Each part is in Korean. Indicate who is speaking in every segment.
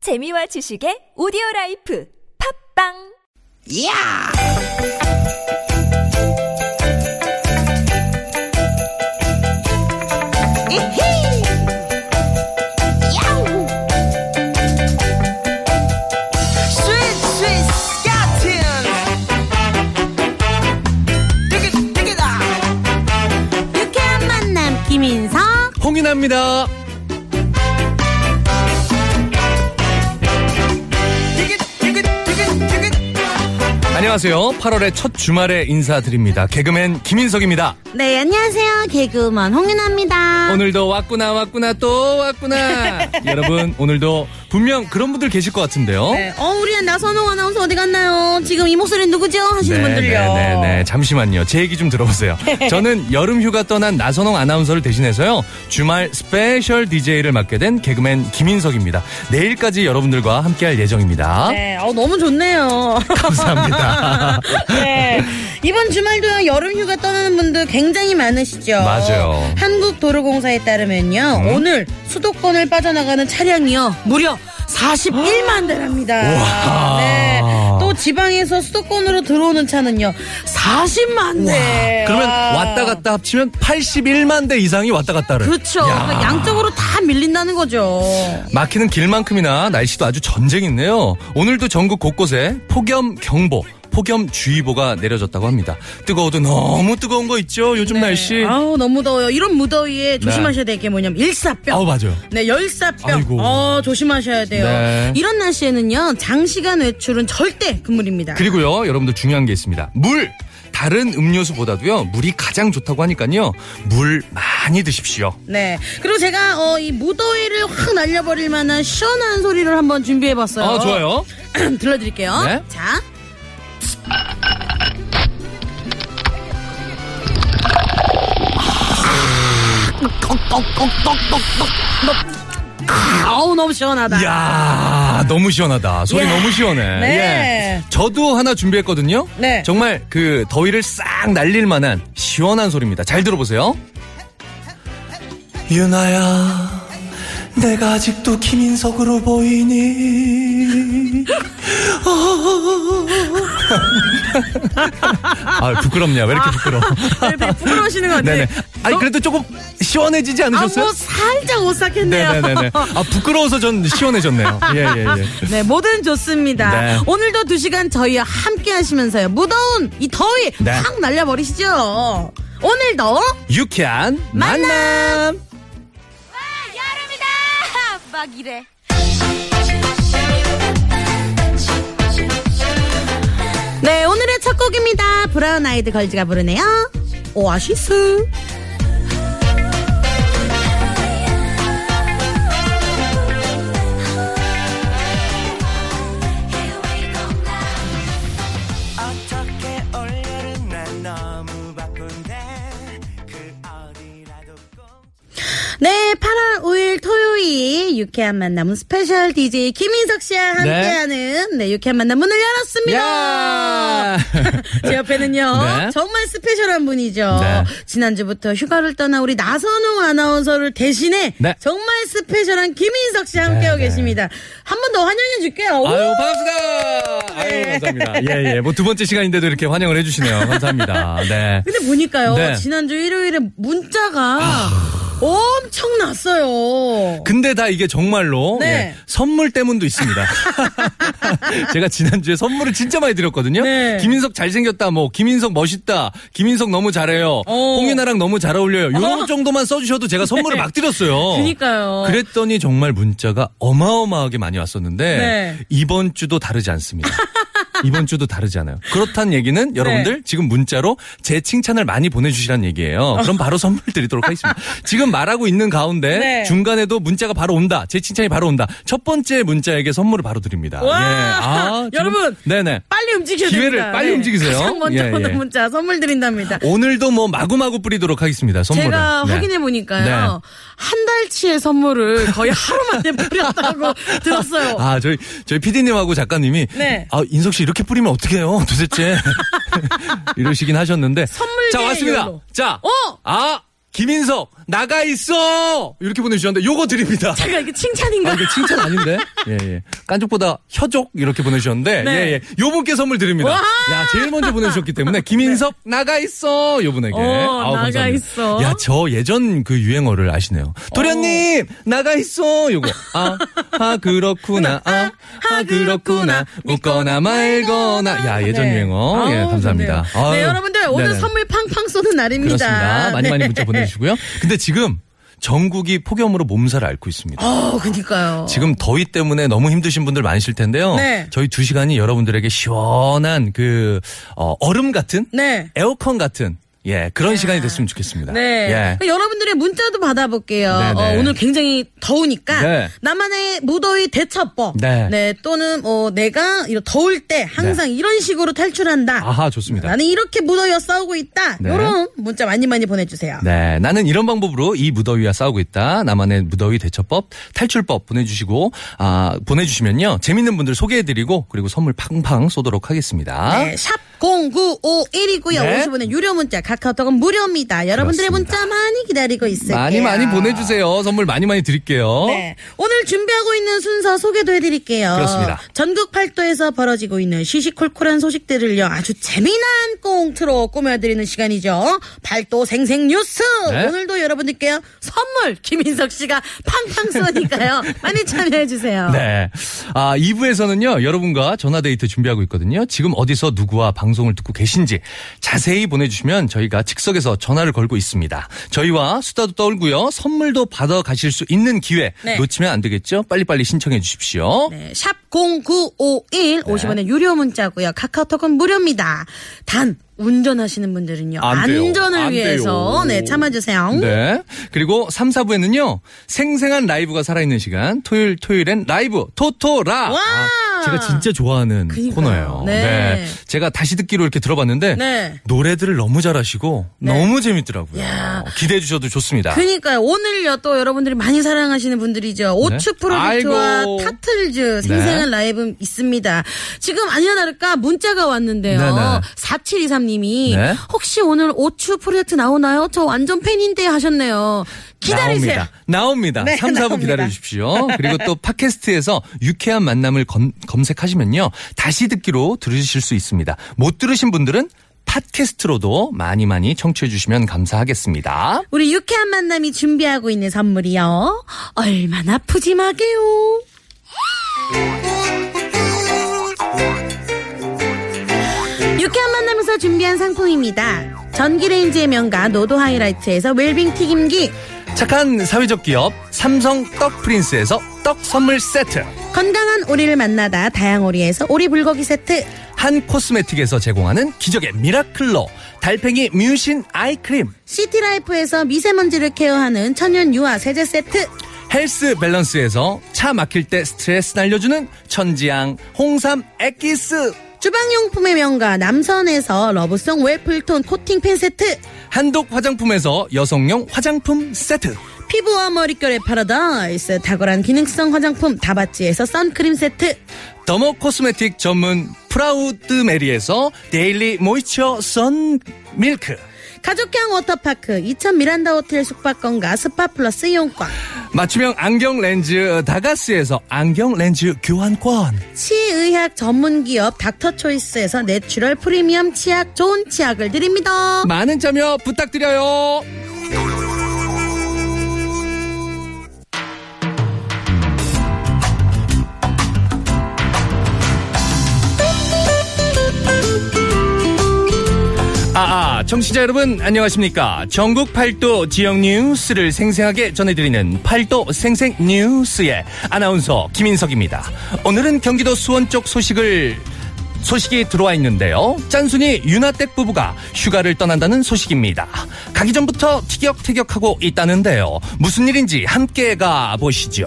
Speaker 1: 재미와 지식의 오디오 라이프 팝빵
Speaker 2: 야! 이히! 야우! 스윗, 스윗, 야틴! 되게, 되게다!
Speaker 3: 유쾌한 만남 김인성
Speaker 4: 홍인아입니다.
Speaker 2: 되게, 되게, 되게, 되게!
Speaker 4: 안녕하세요. 8월의 첫 주말에 인사드립니다. 개그맨 김인석입니다.
Speaker 3: 네 안녕하세요 개그우먼 홍윤아입니다
Speaker 4: 오늘도 왔구나 왔구나 또 왔구나. 여러분 오늘도 분명 그런 분들 계실 것 같은데요.
Speaker 3: 어 우리 나선홍 아나운서 어디 갔나요 지금 이 목소리 누구죠 하시는 분들요
Speaker 4: 네, 네, 네. 잠시만요. 제 얘기 좀 들어보세요. 저는 여름 휴가 떠난 나선홍 아나운서를 대신해서요. 주말 스페셜 DJ를 맡게 된 개그맨 김인석입니다. 내일까지 여러분들과 함께할 예정입니다.
Speaker 3: 네, 어, 너무 좋네요
Speaker 4: 감사합니다.
Speaker 3: 네 이번 주말도요 여름휴가 떠나는 분들 굉장히 많으시죠
Speaker 4: 맞아요. 음.
Speaker 3: 한국도로공사에 따르면요 오늘 수도권을 빠져나가는 차량이요 무려 41만 대랍니다
Speaker 4: 우와.
Speaker 3: 네, 또 지방에서 수도권으로 들어오는 차는요 40만 대
Speaker 4: 그러면
Speaker 3: 와.
Speaker 4: 왔다 갔다 합치면 81만 대 이상이 왔다 갔다를.
Speaker 3: 그렇죠.
Speaker 4: 야.
Speaker 3: 그러니까 양쪽으로 다 밀린다는 거죠.
Speaker 4: 막히는 길만큼이나 날씨도 아주 전쟁인데요. 오늘도 전국 곳곳에 폭염 경보, 폭염 주의보가 내려졌다고 합니다. 뜨거워도 너무 뜨거운 거 있죠? 요즘 날씨.
Speaker 3: 네. 아우 너무 더워요. 이런
Speaker 4: 네.
Speaker 3: 무더위에 조심하셔야 될 게 뭐냐면 일사병.
Speaker 4: 아우 맞아요.
Speaker 3: 네, 열사병.
Speaker 4: 아이고.
Speaker 3: 어, 조심하셔야 돼요.
Speaker 4: 네.
Speaker 3: 이런 날씨에는요, 장시간 외출은 절대 금물입니다.
Speaker 4: 그리고요, 여러분들 중요한 게 있습니다. 물! 다른 음료수보다도요, 물이 가장 좋다고 하니까요, 물 많이 드십시오.
Speaker 3: 네. 그리고 제가, 어, 이 무더위를 확 날려버릴 만한 시원한 소리를 한번 준비해봤어요.
Speaker 4: 아, 좋아요.
Speaker 3: 들려드릴게요.
Speaker 4: 네.
Speaker 3: 자. 아우 너무 시원하다.
Speaker 4: 이야, 너무 시원하다. 소리 너무 시원해.
Speaker 3: 예. 네.
Speaker 4: 예. 저도 하나 준비했거든요.
Speaker 3: 네.
Speaker 4: 정말 그 더위를 싹 날릴 만한 시원한 소리입니다. 잘 들어보세요.
Speaker 5: 유나야, 내가 아직도 김인석으로 보이니? 어.
Speaker 4: 아, 부끄럽냐. 왜 이렇게 부끄러워.
Speaker 3: 네, 네, 부끄러우시는 것 같아요.
Speaker 4: 네네. 아니, 그래도 조금 시원해지지 않으셨어요?
Speaker 3: 아뭐 살짝 오싹했네요.
Speaker 4: 네네네네. 아, 부끄러워서 전 시원해졌네요. 예, 예, 예.
Speaker 3: 네, 뭐든 좋습니다.
Speaker 4: 네.
Speaker 3: 오늘도 두 시간 저희와 함께 하시면서요. 무더운 이 더위
Speaker 4: 네.
Speaker 3: 확 날려버리시죠. 오늘도
Speaker 4: 유쾌한 만남!
Speaker 3: 네, 오늘의 첫 곡입니다. 브라운 아이드 걸즈가 부르네요. 오아시스.
Speaker 5: 어떻게 올여름 난 너무 바쁜데 그 어디라도 꼭
Speaker 3: 네, 8월 5일 토요일 유쾌한 만남은 스페셜 DJ 김인석 씨와 함께하는 네, 유쾌한 만남 문을 열었습니다.
Speaker 4: 야!
Speaker 3: 제 옆에는요.
Speaker 4: 네.
Speaker 3: 정말 스페셜한 분이죠.
Speaker 4: 네.
Speaker 3: 지난주부터 휴가를 떠나 우리 나선홍 아나운서를 대신해
Speaker 4: 네.
Speaker 3: 정말 스페셜한 김인석 씨와 함께하고 계십니다. 한 번 더 환영해 줄게요. 우!
Speaker 4: 아유, 반갑습니다! 아유,
Speaker 3: 네.
Speaker 4: 감사합니다. 예, 예. 뭐 두 번째 시간인데도 이렇게 환영을 해주시네요. 감사합니다. 네.
Speaker 3: 근데 보니까요.
Speaker 4: 네. 아.
Speaker 3: 지난주 일요일에 문자가 엄청 났어요.
Speaker 4: 근데 다 이게 정말로
Speaker 3: 네.
Speaker 4: 예, 선물 때문도 있습니다. 제가 지난주에 선물을 진짜 많이 드렸거든요.
Speaker 3: 네.
Speaker 4: 김인석 잘생겼다, 뭐 김인석 멋있다, 김인석 너무 잘해요,
Speaker 3: 어.
Speaker 4: 홍윤아랑 너무 잘 어울려요. 이런 정도만 써주셔도 제가 선물을 막 드렸어요.
Speaker 3: 그니까요.
Speaker 4: 그랬더니 정말 문자가 어마어마하게 많이 왔었는데
Speaker 3: 네.
Speaker 4: 이번 주도 다르지 않습니다. 이번 주도 다르지 않아요. 그렇단
Speaker 3: 네.
Speaker 4: 얘기는 여러분들 지금 문자로 제 칭찬을 많이 보내주시란 얘기예요. 그럼 바로 선물 드리도록 하겠습니다. 지금 말하고 있는 가운데
Speaker 3: 네.
Speaker 4: 예? 중간에도 문자가 바로 온다. 제 칭찬이 바로 온다. 첫 번째 문자에게 선물을 바로 드립니다.
Speaker 3: 와!
Speaker 4: 아, 예. 지금-
Speaker 3: 여러분!
Speaker 4: 네네.
Speaker 3: 빨리 움직여야
Speaker 4: 기회를
Speaker 3: 됩니다.
Speaker 4: 빨리 움직이세요.
Speaker 3: 가장 먼저
Speaker 4: 예,
Speaker 3: 오는
Speaker 4: 예.
Speaker 3: 문자 선물 드린답니다.
Speaker 4: 오늘도 뭐 마구마구 뿌리도록 하겠습니다. 선물을.
Speaker 3: 제가
Speaker 4: 네.
Speaker 3: 확인해 보니까요. 한 달치의 선물을 거의 하루 만에 뿌렸다고 들었어요.
Speaker 4: 아, 저희, 저희 피디님하고 작가님이.
Speaker 3: 네.
Speaker 4: 아, 인석 씨 이렇게 뿌리면 어떡해요? 도대체. 이러시긴 하셨는데.
Speaker 3: 선물
Speaker 4: 자, 왔습니다.
Speaker 3: 대여로.
Speaker 4: 자.
Speaker 3: 어?
Speaker 4: 아, 김인석 나가 있어 이렇게 보내주셨는데 요거 드립니다.
Speaker 3: 잠깐 이게 칭찬인가?
Speaker 4: 아, 이게 칭찬 아닌데? 예, 예. 깐족보다 혀족 이렇게 보내주셨는데,
Speaker 3: 네.
Speaker 4: 예, 예. 요 분께 선물 드립니다.
Speaker 3: 와! 네.
Speaker 4: 야, 제일 먼저 보내주셨기 때문에, 김인석, 나가 있어! 요 분에게.
Speaker 3: 어, 나가 있어.
Speaker 4: 야, 저 예전 그 유행어를 아시네요. 도련님! 나가 있어! 요거. 아, 아, 그렇구나. 아, 아, 그렇구나. 웃거나 말거나. 야, 예전
Speaker 3: 네.
Speaker 4: 유행어. 예,
Speaker 3: 아우,
Speaker 4: 감사합니다.
Speaker 3: 좋네요. 네,
Speaker 4: 아유.
Speaker 3: 여러분들 오늘
Speaker 4: 네네.
Speaker 3: 선물 팡팡 쏘는 날입니다.
Speaker 4: 그렇습니다. 많이 많이
Speaker 3: 네.
Speaker 4: 문자 보내주시고요. 근데 지금 전국이 폭염으로 몸살을 앓고 있습니다.
Speaker 3: 어, 그니까요.
Speaker 4: 지금 더위 때문에 너무 힘드신 분들 많으실 텐데요.
Speaker 3: 네.
Speaker 4: 저희 두 시간이 여러분들에게 시원한 그 어, 얼음 같은
Speaker 3: 네.
Speaker 4: 에어컨 같은 예 그런 시간이 됐으면 좋겠습니다.
Speaker 3: 네.
Speaker 4: 예.
Speaker 3: 그러니까 여러분들의 문자도 받아볼게요.
Speaker 4: 네, 네.
Speaker 3: 어, 오늘 굉장히 더우니까
Speaker 4: 네.
Speaker 3: 나만의 무더위 대처법.
Speaker 4: 네.
Speaker 3: 또는 어, 내가 이런 더울 때 항상 이런 식으로 탈출한다.
Speaker 4: 아하, 좋습니다.
Speaker 3: 나는 이렇게 무더위와 싸우고 있다.
Speaker 4: 네.
Speaker 3: 이런 문자 많이 많이 보내주세요.
Speaker 4: 네, 나는 이런 방법으로 이 무더위와 싸우고 있다. 나만의 무더위 대처법, 탈출법 보내주시고 아 보내주시면요 재밌는 분들 소개해드리고 그리고 선물 팡팡 쏘도록 하겠습니다.
Speaker 3: 네, 샵 0951이고요.
Speaker 4: 아? 네.
Speaker 3: 50원의 유료 문자, 카카오톡은 무료입니다. 여러분들의
Speaker 4: 그렇습니다.
Speaker 3: 문자 많이 기다리고 있을게요.
Speaker 4: 많이 많이 보내주세요. 선물 많이 많이 드릴게요.
Speaker 3: 네. 오늘 준비하고 있는 순서 소개도 해드릴게요.
Speaker 4: 어? 그렇습니다.
Speaker 3: 전국 팔도에서 벌어지고 있는 시시콜콜한 소식들을요. 아주 재미난 꽁트로 꾸며드리는 시간이죠. 팔도 생생 뉴스.
Speaker 4: 네.
Speaker 3: 오늘도 여러분들께요. 선물 김인석 씨가 팡팡 쏘니까요. 많이 참여해주세요.
Speaker 4: 네. 아, 2부에서는요, 여러분과 전화데이트 준비하고 있거든요. 지금 어디서 누구와 방송을 듣고 계신지 자세히 보내주시면 저희가 즉석에서 전화를 걸고 있습니다. 저희와 수다도 떨고요, 선물도 받아 가실 수 있는 기회
Speaker 3: 네.
Speaker 4: 놓치면 안 되겠죠? 빨리빨리 신청해 주십시오.
Speaker 3: 네, 샵0951
Speaker 4: 네.
Speaker 3: 50원의 유료 문자고요. 카카오톡은 무료입니다. 단 운전하시는 분들은요.
Speaker 4: 안 돼요.
Speaker 3: 안전을
Speaker 4: 안
Speaker 3: 위해서
Speaker 4: 돼요.
Speaker 3: 네, 참아 주세요.
Speaker 4: 네. 그리고 3, 4부에는요, 생생한 라이브가 살아있는 시간, 토요일, 토요일엔 라이브, 토토라!
Speaker 3: 와!
Speaker 4: 아, 제가 진짜 좋아하는
Speaker 3: 그니까요.
Speaker 4: 코너예요.
Speaker 3: 네.
Speaker 4: 제가 다시 듣기로 이렇게 들어봤는데,
Speaker 3: 네.
Speaker 4: 노래들을 너무 잘하시고, 너무 재밌더라고요.
Speaker 3: 야.
Speaker 4: 기대해주셔도 좋습니다. 네.
Speaker 3: 그니까요. 오늘요, 또 여러분들이 많이 사랑하시는 분들이죠. 오츠 프로젝트와
Speaker 4: 아이고. 네.
Speaker 3: 타틀즈 생생한 라이브 있습니다. 지금 아니나 다를까 문자가 왔는데요.
Speaker 4: 네네.
Speaker 3: 4723님이
Speaker 4: 네.
Speaker 3: 혹시 오늘 오츠 프로젝트 나오나요? 저 완전 팬인데 하셨네요. 기다리세요.
Speaker 4: 나옵니다. 나옵니다.
Speaker 3: 네,
Speaker 4: 3, 4부
Speaker 3: 나옵니다.
Speaker 4: 기다려 주십시오. 그리고 또 팟캐스트에서 유쾌한 만남을 검, 검색하시면요. 다시 듣기로 들으실 수 있습니다. 못 들으신 분들은 팟캐스트로도 많이 많이 청취해 주시면 감사하겠습니다.
Speaker 3: 우리 유쾌한 만남이 준비하고 있는 선물이요. 얼마나 푸짐하게요. 유쾌한 만남에서 준비한 상품입니다. 전기레인지의 명가 노도 하이라이트에서 웰빙 튀김기,
Speaker 4: 착한 사회적 기업 삼성 떡 프린스에서 떡 선물 세트.
Speaker 3: 건강한 오리를 만나다 다양오리에서 오리 불고기 세트,
Speaker 4: 한 코스메틱에서 제공하는 기적의 미라클로 달팽이 뮤신 아이크림.
Speaker 3: 시티라이프에서 미세먼지를 케어하는 천연 유화 세제 세트,
Speaker 4: 헬스 밸런스에서 차 막힐 때 스트레스 날려주는 천지향 홍삼 액기스.
Speaker 3: 주방용품의 명가 남선에서 러브송 웰플톤 코팅 팬 세트,
Speaker 4: 한독 화장품에서 여성용 화장품 세트
Speaker 3: 피부와 머릿결의 파라다이스 탁월한 기능성 화장품 다바찌에서 선크림 세트
Speaker 4: 더모 코스메틱 전문 프라우드 메리에서 데일리 모이처 선 밀크
Speaker 3: 가족형 워터파크 이천 미란다 호텔 숙박권과 스파 플러스 이용권
Speaker 4: 맞춤형 안경 렌즈 다가스에서 안경 렌즈 교환권
Speaker 3: 치의학 전문기업 닥터초이스에서 내추럴 프리미엄 치약 좋은 치약을 드립니다
Speaker 4: 많은 참여 부탁드려요 아, 아, 청취자 여러분 안녕하십니까? 전국 팔도 지역 뉴스를 생생하게 전해드리는 팔도 생생 뉴스의 아나운서 김인석입니다. 오늘은 경기도 수원 쪽 소식을 소식이 들어와 있는데요. 짠순이 윤아댁 부부가 휴가를 떠난다는 소식입니다. 가기 전부터 티격태격하고 있다는데요. 무슨 일인지 함께 가 보시죠.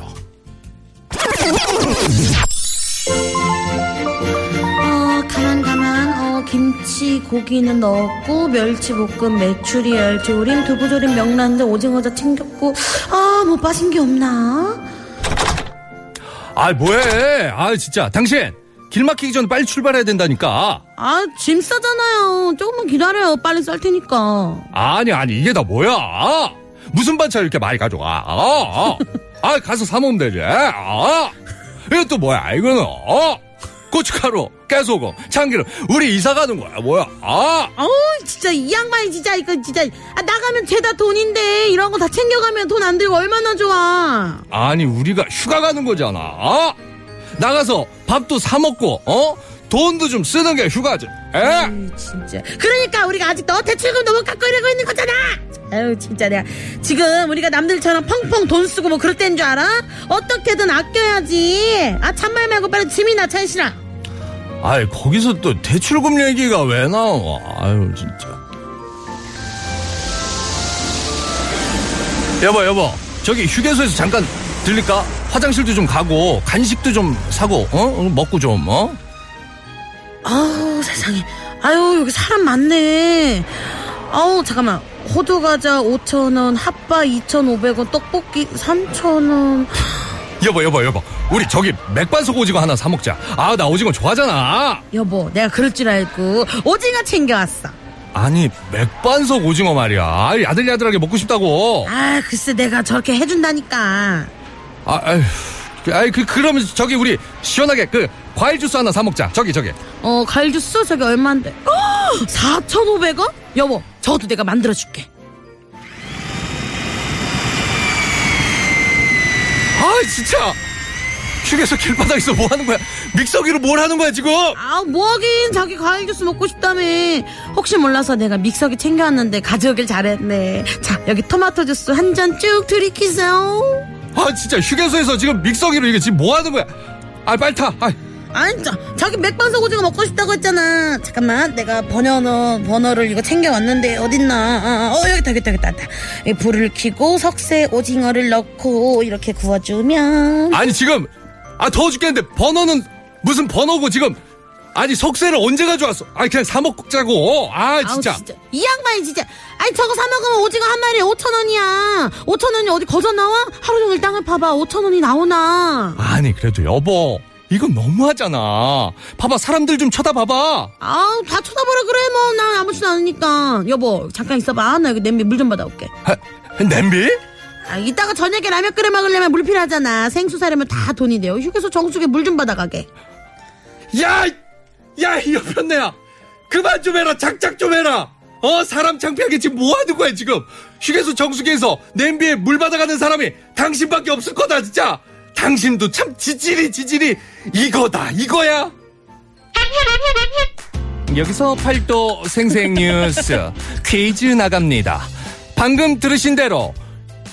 Speaker 3: 어, 가만 가만 어, 김치 고기는 넣었고 멸치 볶음 메추리 열조림 두부조림 명란젓 오징어젓 챙겼고 아 뭐 빠진 게 없나
Speaker 4: 아, 뭐해? 아, 진짜 당신 길 막히기 전에 빨리 출발해야 된다니까.
Speaker 3: 아, 짐 싸잖아요. 조금만 기다려요. 빨리 쌀 테니까.
Speaker 4: 아니 아니 이게 다 뭐야? 무슨 반찬 이렇게 많이 가져가? 아, 아 가서 사 먹으면 되지. 아, 이거 또 뭐야? 이거는 어? 고춧가루, 깨소금, 참기름. 우리 이사 가는 거야 뭐야? 아,
Speaker 3: 어우, 진짜 이 양반이 진짜 이거 진짜 아, 나가면 죄다 돈인데 이런 거 다 챙겨가면 돈 안 들고 얼마나 좋아.
Speaker 4: 아니 우리가 휴가 가는 거잖아. 아? 나가서 밥도 사 먹고 어? 돈도 좀 쓰는 게 휴가지. 에?
Speaker 3: 에이, 진짜. 그러니까 우리가 아직도 대출금도 못 갚고 이러고 있는 거잖아. 아유 진짜 내가 지금 우리가 남들처럼 펑펑 돈 쓰고 뭐 그럴 때인 줄 알아? 어떻게든 아껴야지. 아 참말 말고 빨리 짐이나 찬실아.
Speaker 4: 아이 거기서 또 대출금 얘기가 왜 나와? 아유 진짜. 여보 여보 저기 휴게소에서 잠깐 들릴까? 화장실도 좀 가고 간식도 좀 사고 어 먹고 좀 어?
Speaker 3: 아우 세상에. 아유 여기 사람 많네. 아우 잠깐만. 호두 과자 5,000원, 핫바 2,500원, 떡볶이 3,000원.
Speaker 4: 여보 여보 여보 우리 저기 맥반석 오징어 하나 사 먹자. 아 나 오징어 좋아하잖아.
Speaker 3: 여보, 내가 그럴 줄 알고 오징어 챙겨왔어.
Speaker 4: 아니 맥반석 오징어 말이야. 아이, 야들야들하게 먹고 싶다고.
Speaker 3: 아, 글쎄 내가 저렇게 해준다니까.
Speaker 4: 아 아휴. 그, 아이 그 그럼 저기 우리 시원하게 그 과일 주스 하나 사 먹자. 저기 저기.
Speaker 3: 어, 과일 주스 저게 얼마인데? 4,500원? 여보, 저도 내가 만들어줄게.
Speaker 4: 아 진짜 휴게소 길바닥에서 뭐 하는 거야 믹서기로 뭘 하는 거야 지금
Speaker 3: 아, 뭐하긴 자기 과일 주스 먹고 싶다며. 혹시 몰라서 내가 믹서기 챙겨왔는데 가져오길 잘했네. 자, 여기 토마토 주스 한 잔 쭉 들이키세요.
Speaker 4: 아 진짜 휴게소에서 지금 믹서기로 이게 지금 뭐 하는 거야 아 빨리 타 아,
Speaker 3: 아니, 자, 자기 맥반석 오징어 먹고 싶다고 했잖아. 잠깐만, 내가 번호, 번호를 이거 챙겨왔는데, 어딨나. 아, 어, 여기다, 여기다, 여기다. 여기다. 이 불을 켜고, 석쇠 오징어를 넣고, 이렇게 구워주면.
Speaker 4: 아니 지금 아 더워 죽겠는데 번호는 무슨 번호고 지금 아니 석쇠를 언제 가져왔어 아 그냥 사 먹자고 아
Speaker 3: 아우,
Speaker 4: 진짜
Speaker 3: 이 양반이 진짜. 아니, 저거 사먹으면 오징어 한 마리에 5천원이야. 5천원이 어디 거저 나와? 하루 종일 땅을 파봐. 5천원이 나오나.
Speaker 4: 아니 그래도 여보 이건 너무하잖아 봐봐 사람들 좀 쳐다봐봐
Speaker 3: 아우, 다 쳐다보라 그래, 뭐. 난 아무렇지도 않으니까. 여보, 잠깐 있어봐. 나 여기 냄비 물 좀 받아올게.
Speaker 4: 아, 냄비
Speaker 3: 아, 이따가 저녁에 라면 끓여 먹으려면 물 필요하잖아. 생수 사려면 다 돈이 돼요. 휴게소 정수기 물 좀 받아가게.
Speaker 4: 야! 이- 야, 이 여편네야! 그만 좀 해라! 작작 좀 해라! 어, 사람 창피하게 지금 뭐 하는 거야, 지금? 휴게소 정수기에서 냄비에 물 받아가는 사람이 당신밖에 없을 거다, 진짜! 당신도 참 지질이, 지질이! 이거다, 이거야! 여기서 팔도 생생 뉴스 퀴즈 나갑니다. 방금 들으신 대로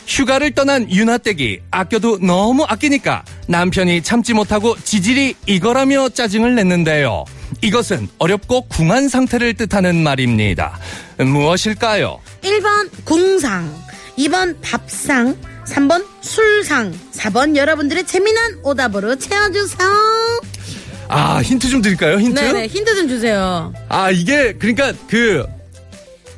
Speaker 4: 휴가를 떠난 윤아댁이 아껴도 너무 아끼니까 남편이 참지 못하고 지질이 이거라며 짜증을 냈는데요. 이것은 어렵고 궁한 상태를 뜻하는 말입니다. 무엇일까요?
Speaker 3: 1번 궁상, 2번 밥상, 3번 술상, 4번 여러분들의 재미난 오답으로 채워주세요.
Speaker 4: 아, 힌트 좀 드릴까요? 힌트?
Speaker 3: 네네, 힌트 좀 주세요.
Speaker 4: 아, 이게 그러니까 그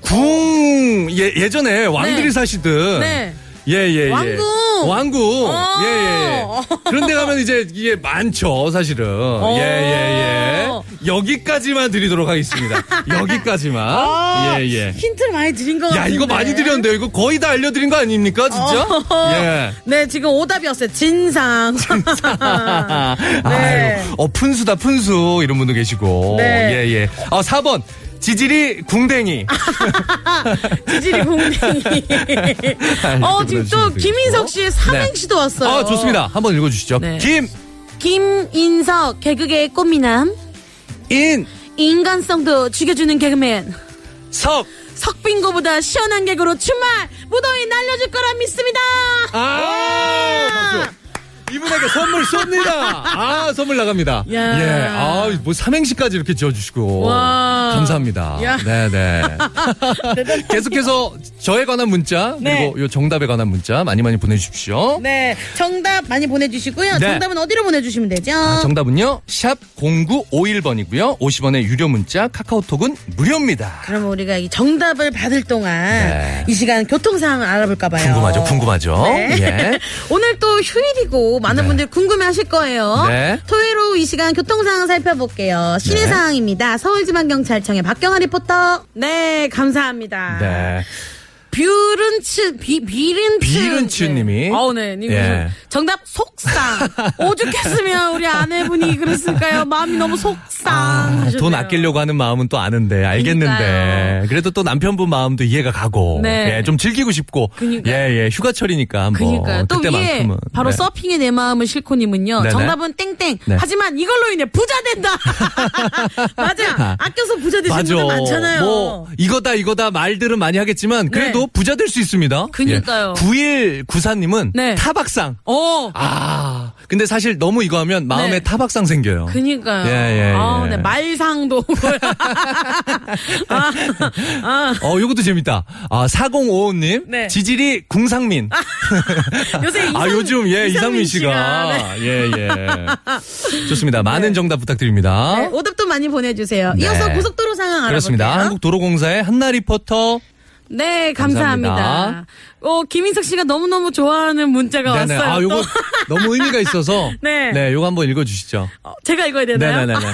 Speaker 4: 궁, 예, 예전에 왕들이
Speaker 3: 네.
Speaker 4: 사시던
Speaker 3: 네.
Speaker 4: 예, 예, 예.
Speaker 3: 왕궁.
Speaker 4: 왕궁.
Speaker 3: 어.
Speaker 4: 예, 예, 예. 그런데 가면 이제 이게 많죠, 사실은.
Speaker 3: 어.
Speaker 4: 예, 예, 예. 여기까지만 드리도록 하겠습니다.
Speaker 3: 아,
Speaker 4: 여기까지만. 예, 예.
Speaker 3: 힌트를 많이 드린 것
Speaker 4: 야,
Speaker 3: 같은데. 어.
Speaker 4: 이거 많이 드렸는데요. 이거 거의 다 알려드린 거 아닙니까, 진짜? 예.
Speaker 3: 네, 지금 오답이었어요. 진상. 네.
Speaker 4: 아, 아유, 어, 푼수다, 푼수. 이런 분도 계시고.
Speaker 3: 네.
Speaker 4: 예, 예. 아, 4번. 지질이 궁뎅이.
Speaker 3: 지질이 공댕이. 어, 지금 또 김인석 씨의 삼행시도 왔어요.
Speaker 4: 아, 좋습니다. 한번 읽어주시죠.
Speaker 3: 네.
Speaker 4: 김,
Speaker 3: 김인석, 개그계의 꽃미남.
Speaker 4: 인,
Speaker 3: 인간성도 죽여주는 개그맨.
Speaker 4: 석.
Speaker 3: 석빙고보다 시원한 개그로 주말 무더위 날려줄 거라 믿습니다.
Speaker 4: 아, 박수. 이분에게 선물 쏩니다. 아, 선물 나갑니다.
Speaker 3: 야.
Speaker 4: 예. 아, 뭐 삼행시까지 이렇게 지어주시고.
Speaker 3: 와.
Speaker 4: 감사합니다.
Speaker 3: 야.
Speaker 4: 네네. 계속해서 저에 관한 문자,
Speaker 3: 네.
Speaker 4: 그리고 요 정답에 관한 문자 많이 많이 보내주십시오.
Speaker 3: 네, 정답 많이 보내주시고요.
Speaker 4: 네.
Speaker 3: 정답은 어디로 보내주시면 되죠?
Speaker 4: 아, 정답은요, 샵 0951번이고요. 50원의 유료 문자, 카카오톡은 무료입니다.
Speaker 3: 그럼 우리가 이 정답을 받을 동안
Speaker 4: 네.
Speaker 3: 이 시간 교통 상황 알아볼까 봐요.
Speaker 4: 궁금하죠, 궁금하죠.
Speaker 3: 네.
Speaker 4: 예.
Speaker 3: 오늘 또 휴일이고 많은
Speaker 4: 네.
Speaker 3: 분들이 궁금해하실 거예요.
Speaker 4: 네.
Speaker 3: 토요일 오후 이 시간 교통상황 살펴볼게요. 시내
Speaker 4: 네.
Speaker 3: 상황입니다. 서울지방경찰청의 박경아 리포터. 네, 감사합니다.
Speaker 4: 네.
Speaker 3: 뷰른츠 비 비른츠
Speaker 4: 비른츠님이.
Speaker 3: 어네 님
Speaker 4: 예.
Speaker 3: 정답 속상 오죽했으면 우리 아내분이 그랬을까요 마음이 너무 속상
Speaker 4: 아,
Speaker 3: 하셨네요.
Speaker 4: 돈 아끼려고 하는 마음은 또 아는데 알겠는데
Speaker 3: 그러니까요.
Speaker 4: 그래도 또 남편분 마음도 이해가 가고
Speaker 3: 네.
Speaker 4: 예, 좀 즐기고 싶고
Speaker 3: 그러니까요.
Speaker 4: 예예 휴가철이니까 한번
Speaker 3: 그니까요 또 위에
Speaker 4: 뭐, 그때만큼은
Speaker 3: 바로
Speaker 4: 네.
Speaker 3: 서핑의 내 마음을 실코님은요
Speaker 4: 네네.
Speaker 3: 정답은 땡땡
Speaker 4: 네.
Speaker 3: 하지만 이걸로 인해 부자 된다 맞아 아껴서 부자 되신
Speaker 4: 맞아.
Speaker 3: 분들 많잖아요
Speaker 4: 뭐 이거다 이거다 말들은 많이 하겠지만 그래도
Speaker 3: 네.
Speaker 4: 부자 될 수 있습니다.
Speaker 3: 그니까요.
Speaker 4: 9194님은
Speaker 3: 네.
Speaker 4: 타박상.
Speaker 3: 어
Speaker 4: 아 근데 사실 너무 이거 하면 마음에
Speaker 3: 네.
Speaker 4: 타박상 생겨요.
Speaker 3: 그니까요.
Speaker 4: 예, 예,
Speaker 3: 아,
Speaker 4: 예.
Speaker 3: 네, 말상도. 오고요. 아, 아,
Speaker 4: 어, 요것도 재밌다. 아, 4055님.
Speaker 3: 네.
Speaker 4: 지질이 궁상민.
Speaker 3: 요새
Speaker 4: 아,
Speaker 3: 이상- 네.
Speaker 4: 요즘, 예, 이상민 씨가. 예, 예. 좋습니다. 많은 정답 부탁드립니다.
Speaker 3: 네, 오답도 많이 보내주세요.
Speaker 4: 어? 네.
Speaker 3: 이어서 고속도로 상황 알아볼게요.
Speaker 4: 그렇습니다. 한국도로공사의 한나 리포터.
Speaker 3: 네, 감사합니다.
Speaker 4: 감사합니다.
Speaker 3: 어, 김인석 씨가 너무너무 좋아하는 문자가 네, 왔어요.
Speaker 4: 아, 요거 너무 의미가 있어서.
Speaker 3: 네.
Speaker 4: 요거 한번 읽어주시죠.
Speaker 3: 또. 어, 제가 읽어야 되나요?
Speaker 4: 네네네네.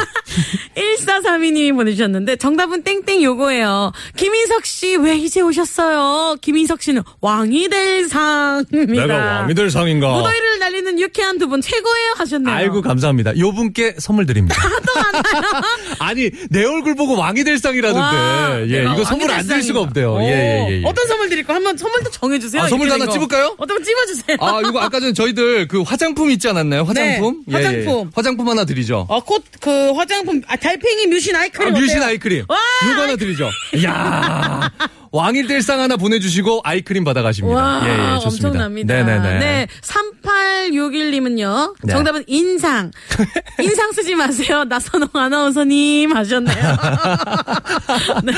Speaker 3: 1432님이 보내주셨는데 정답은 땡땡 요거예요. 김인석 씨 왜 이제 오셨어요? 김인석 씨는 왕이 될 상입니다. 뭐
Speaker 4: 될 상인가.
Speaker 3: 무더위를 날리는 유쾌한 두 분 최고예요 하셨네요. 아,
Speaker 4: 아이고, 감사합니다. 요 분께 선물 드립니다. 아니, 내 얼굴 보고 왕이 될 상이라는데.
Speaker 3: 와,
Speaker 4: 예,
Speaker 3: 내가
Speaker 4: 이거 선물 안 드릴
Speaker 3: 왕의
Speaker 4: 수가 없대요.
Speaker 3: 오,
Speaker 4: 예, 예, 예. 예.
Speaker 3: 어떤 선물 드릴까? 한번 선물도 정해주세요.
Speaker 4: 아, 선물도 하나
Speaker 3: 이거.
Speaker 4: 찝을까요?
Speaker 3: 어떤 찝어주세요.
Speaker 4: 아, 이거 아까 전에 저희들 그 화장품 있지 않았나요? 화장품? 예,
Speaker 3: 네, 화장품.
Speaker 4: 화장품 하나 드리죠.
Speaker 3: 어, 콧, 그, 화장품, 아, 달팽이 뮤신
Speaker 4: 아,
Speaker 3: 아이크림.
Speaker 4: 뮤신
Speaker 3: 어때요?
Speaker 4: 아이크림.
Speaker 3: 와!
Speaker 4: 이거 하나 드리죠. 이야. 왕일대상 하나 보내주시고 아이크림 받아가십니다.
Speaker 3: 와,
Speaker 4: 예, 예, 좋습니다.
Speaker 3: 엄청납니다.
Speaker 4: 네네네.
Speaker 3: 네, 3861님은요.
Speaker 4: 네.
Speaker 3: 정답은 인상. 인상 쓰지 마세요. 나선홍 아나운서님 하셨네요. 네.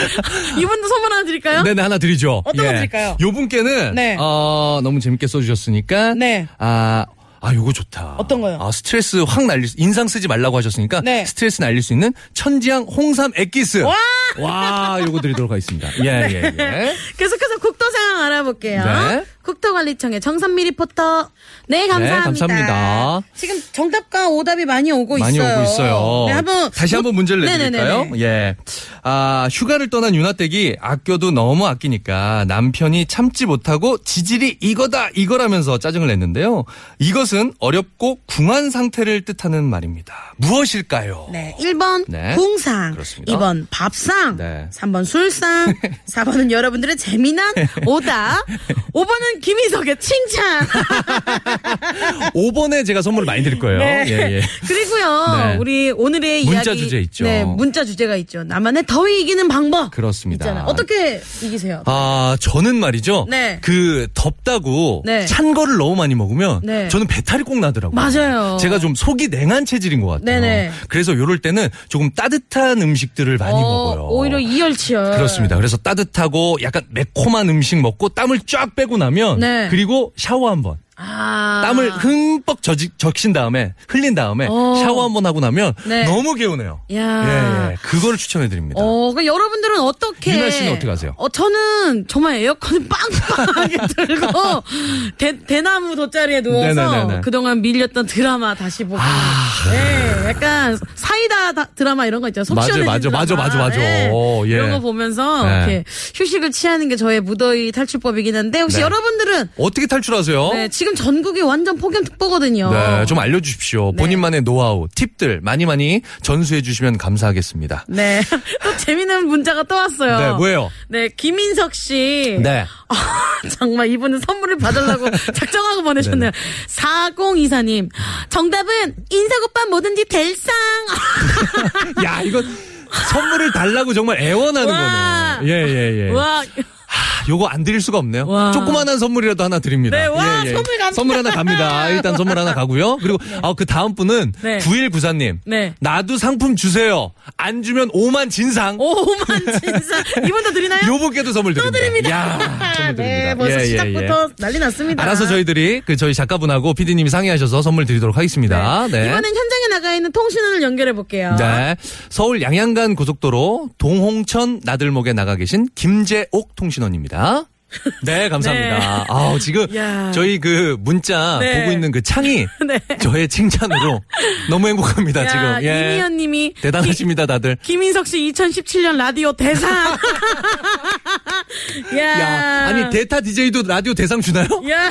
Speaker 3: 이분도 선물 하나 드릴까요?
Speaker 4: 네네, 하나 드리죠. 예.
Speaker 3: 어떤 거 드릴까요?
Speaker 4: 요 분께는,
Speaker 3: 네.
Speaker 4: 어, 너무 재밌게 써주셨으니까,
Speaker 3: 네.
Speaker 4: 아, 아, 요거 좋다.
Speaker 3: 어떤 거요?
Speaker 4: 아, 스트레스 확 날릴 수, 인상 쓰지 말라고 하셨으니까,
Speaker 3: 네.
Speaker 4: 스트레스 날릴 수 있는 천지향 홍삼 액기스. 와! 와, 요거 드리도록 하겠습니다. 예,
Speaker 3: 네.
Speaker 4: 예, 예.
Speaker 3: 계속해서 국토 상황 알아볼게요.
Speaker 4: 네.
Speaker 3: 국토관리청의 정선미 리포터. 네, 감사합니다.
Speaker 4: 감사합니다.
Speaker 3: 지금 정답과 오답이 많이 오고
Speaker 4: 많이
Speaker 3: 있어요.
Speaker 4: 오고 있어요.
Speaker 3: 네, 한번
Speaker 4: 다시 한번 문제를 내드릴까요?
Speaker 3: 네네네네.
Speaker 4: 예. 아, 휴가를 떠난 윤아댁이 아껴도 너무 아끼니까 남편이 참지 못하고 지질이 이거다 이거라면서 짜증을 냈는데요. 이것은 어렵고 궁한 상태를 뜻하는 말입니다. 무엇일까요?
Speaker 3: 네, 1번
Speaker 4: 네.
Speaker 3: 궁상,
Speaker 4: 그렇습니다.
Speaker 3: 2번 밥상,
Speaker 4: 네.
Speaker 3: 3번 술상, 4번은 여러분들의 재미난 오답, 5번은 김희석의 칭찬.
Speaker 4: 5번에 제가 선물을 많이 드릴 거예요.
Speaker 3: 네.
Speaker 4: 예, 예.
Speaker 3: 그리고요,
Speaker 4: 네.
Speaker 3: 우리 오늘의
Speaker 4: 문자
Speaker 3: 이야기
Speaker 4: 주제 있죠.
Speaker 3: 네, 문자 주제가 있죠. 나만의 더위 이기는 방법.
Speaker 4: 그렇습니다.
Speaker 3: 있잖아요. 어떻게 이기세요?
Speaker 4: 아, 저는 말이죠.
Speaker 3: 네.
Speaker 4: 그 덥다고
Speaker 3: 네.
Speaker 4: 찬 거를 너무 많이 먹으면
Speaker 3: 네.
Speaker 4: 저는 배탈이 꼭 나더라고요.
Speaker 3: 맞아요.
Speaker 4: 제가 좀 속이 냉한 체질인 것 같아요.
Speaker 3: 네네.
Speaker 4: 그래서 요럴 때는 조금 따뜻한 음식들을 많이
Speaker 3: 어,
Speaker 4: 먹어요.
Speaker 3: 오히려 이열치열.
Speaker 4: 그렇습니다. 그래서 따뜻하고 약간 매콤한 음식 먹고 땀을 쫙 빼고 나면
Speaker 3: 네.
Speaker 4: 그리고 샤워 한번
Speaker 3: 아.
Speaker 4: 땀을 흠뻑 젖, 적신 다음에 흘린 다음에
Speaker 3: 어.
Speaker 4: 샤워 한번 하고 나면
Speaker 3: 네.
Speaker 4: 너무 개운해요.
Speaker 3: 야.
Speaker 4: 예, 예. 그걸 추천해 드립니다.
Speaker 3: 어, 그 여러분들은 어떻게?
Speaker 4: 유나 씨는 어떻게 하세요?
Speaker 3: 어, 저는 정말 에어컨을 빵빵하게 들고 대, 대나무 돗자리에 누워서
Speaker 4: 네네네네. 아,
Speaker 3: 그동안 밀렸던 드라마 다시 보고. 예, 약간 사이다 다- 드라마 이런 거 있죠. 속
Speaker 4: 맞아요,
Speaker 3: 시원해진
Speaker 4: 맞아요,
Speaker 3: 드라마.
Speaker 4: 맞아요, 맞아요, 맞아요.
Speaker 3: 예,
Speaker 4: 오, 예.
Speaker 3: 이런 거 보면서
Speaker 4: 네.
Speaker 3: 이렇게 휴식을 취하는 게 저의 무더위 탈출법이긴 한데 혹시
Speaker 4: 네.
Speaker 3: 여러분들은
Speaker 4: 어떻게 탈출하세요?
Speaker 3: 네, 지금 전국이 완전 폭염특보거든요.
Speaker 4: 네, 좀 알려주십시오.
Speaker 3: 어. 네.
Speaker 4: 본인만의 노하우, 팁들 많이 많이 전수해 주시면 감사하겠습니다.
Speaker 3: 네. 또 재미있는 문자가 또 왔어요.
Speaker 4: 네, 뭐예요?
Speaker 3: 네, 김인석 씨.
Speaker 4: 네.
Speaker 3: 아, 정말 이분은 선물을 받으려고 작정하고 보내셨네요. 4024님. 정답은 인석 오빠 뭐든지 될상.
Speaker 4: 야, 이거 선물을 달라고 정말 애원하는
Speaker 3: 와.
Speaker 4: 거네. 예, 예, 예.
Speaker 3: 와,
Speaker 4: 아, 요거 안 드릴 수가 없네요.
Speaker 3: 와.
Speaker 4: 조그만한 선물이라도 하나 드립니다. 예,
Speaker 3: 네, 와, 선물 갑니다.
Speaker 4: 선물 하나 갑니다. 일단 선물 하나 가고요. 그리고 아, 그 다음 분은
Speaker 3: 네.
Speaker 4: 9194님.
Speaker 3: 네.
Speaker 4: 나도 상품 주세요. 안 주면 오만 진상.
Speaker 3: 오만 진상. 이분도 드리나요?
Speaker 4: 요 분께도 선물 드립니다.
Speaker 3: 드립니다.
Speaker 4: 야, 선물 드립니다.
Speaker 3: 네, 벌써
Speaker 4: 예, 예,
Speaker 3: 시작부터 난리 났습니다.
Speaker 4: 알아서 저희들이 그 저희 작가분하고 PD님이 상의하셔서 선물 드리도록 하겠습니다. 네.
Speaker 3: 이번엔 현장에 나가 있는 통신원을 연결해 볼게요.
Speaker 4: 네. 서울 양양간 고속도로 동홍천 나들목에 나가 계신 김재옥 통신원입니다. 네, 감사합니다.
Speaker 3: 네.
Speaker 4: 아우, 지금
Speaker 3: 야.
Speaker 4: 저희 그 문자
Speaker 3: 네.
Speaker 4: 보고 있는 그 창이 저의 칭찬으로 너무 행복합니다,
Speaker 3: 야,
Speaker 4: 지금. 예.
Speaker 3: 이미연님이
Speaker 4: 대단하십니다, 다들.
Speaker 3: 김인석 씨 2017년 라디오 대상. 야.
Speaker 4: 야, 아니, 데타 DJ도 라디오 대상 주나요?
Speaker 3: 야,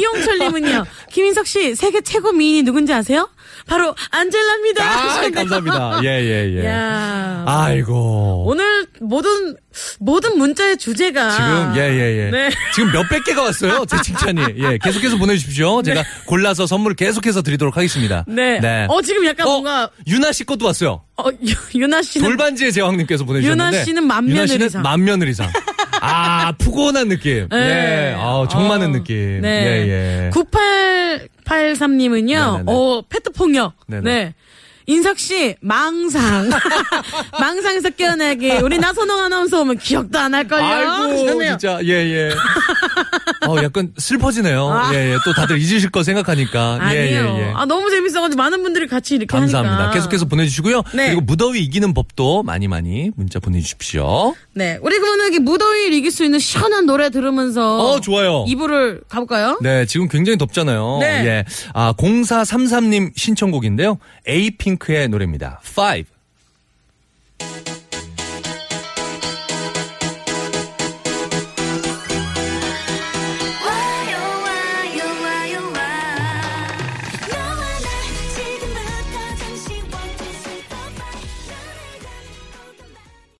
Speaker 3: 이용철님은요. 김인석 씨 세계 최고 미인이 누군지 아세요? 바로 안젤라입니다.
Speaker 4: 아,
Speaker 3: 하셨네요.
Speaker 4: 감사합니다. 예, 예, 예.
Speaker 3: 야.
Speaker 4: 아이고.
Speaker 3: 오늘 모든 모든 문자의 주제가
Speaker 4: 지금, 예, 예, 예.
Speaker 3: 네.
Speaker 4: 지금 몇백 개가 왔어요, 제 칭찬이. 예, 계속해서 보내주십시오. 제가 골라서 선물 계속해서 드리도록 하겠습니다.
Speaker 3: 네. 어, 지금 약간 뭔가-
Speaker 4: 유나 씨 것도 왔어요.
Speaker 3: 어, 유- 유나 씨는
Speaker 4: 돌반지의 제왕님께서 보내주셨는데
Speaker 3: 유나 씨는 만면을
Speaker 4: 유나 씨는
Speaker 3: 이상.
Speaker 4: 만면을 이상. 아 푸근한 느낌. 예. 아, 정 많은
Speaker 3: 어,
Speaker 4: 느낌.
Speaker 3: 네.
Speaker 4: 예 예.
Speaker 3: 9883님은요.
Speaker 4: 네네네.
Speaker 3: 어, 페트 폭력. 네
Speaker 4: 네네.
Speaker 3: 인석 씨 망상. 망상에서 깨어나기. 우리 나선홍 아나운서 오면 기억도 안 할 걸요.
Speaker 4: 아이고 진짜 예 예. 어 약간 슬퍼지네요.
Speaker 3: 아.
Speaker 4: 예 예. 또 다들 잊으실 거 생각하니까.
Speaker 3: 아니에요.
Speaker 4: 예 예 예.
Speaker 3: 아 너무 재밌어가지고 많은 분들이 같이 이렇게
Speaker 4: 감사합니다.
Speaker 3: 하니까.
Speaker 4: 계속해서 보내주시고요.
Speaker 3: 그러니까. 네.
Speaker 4: 그리고 무더위 이기는 법도 많이 많이 문자 보내주십시오.
Speaker 3: 네, 우리 그러면 여기 무더위를 이길 수 있는 시원한 노래 들으면서.
Speaker 4: 어, 좋아요.
Speaker 3: 이부를 가볼까요?
Speaker 4: 네, 지금 굉장히 덥잖아요.
Speaker 3: 네.
Speaker 4: 예. 아, 0433님 신청곡인데요. 에이핑크의 노래입니다. Five.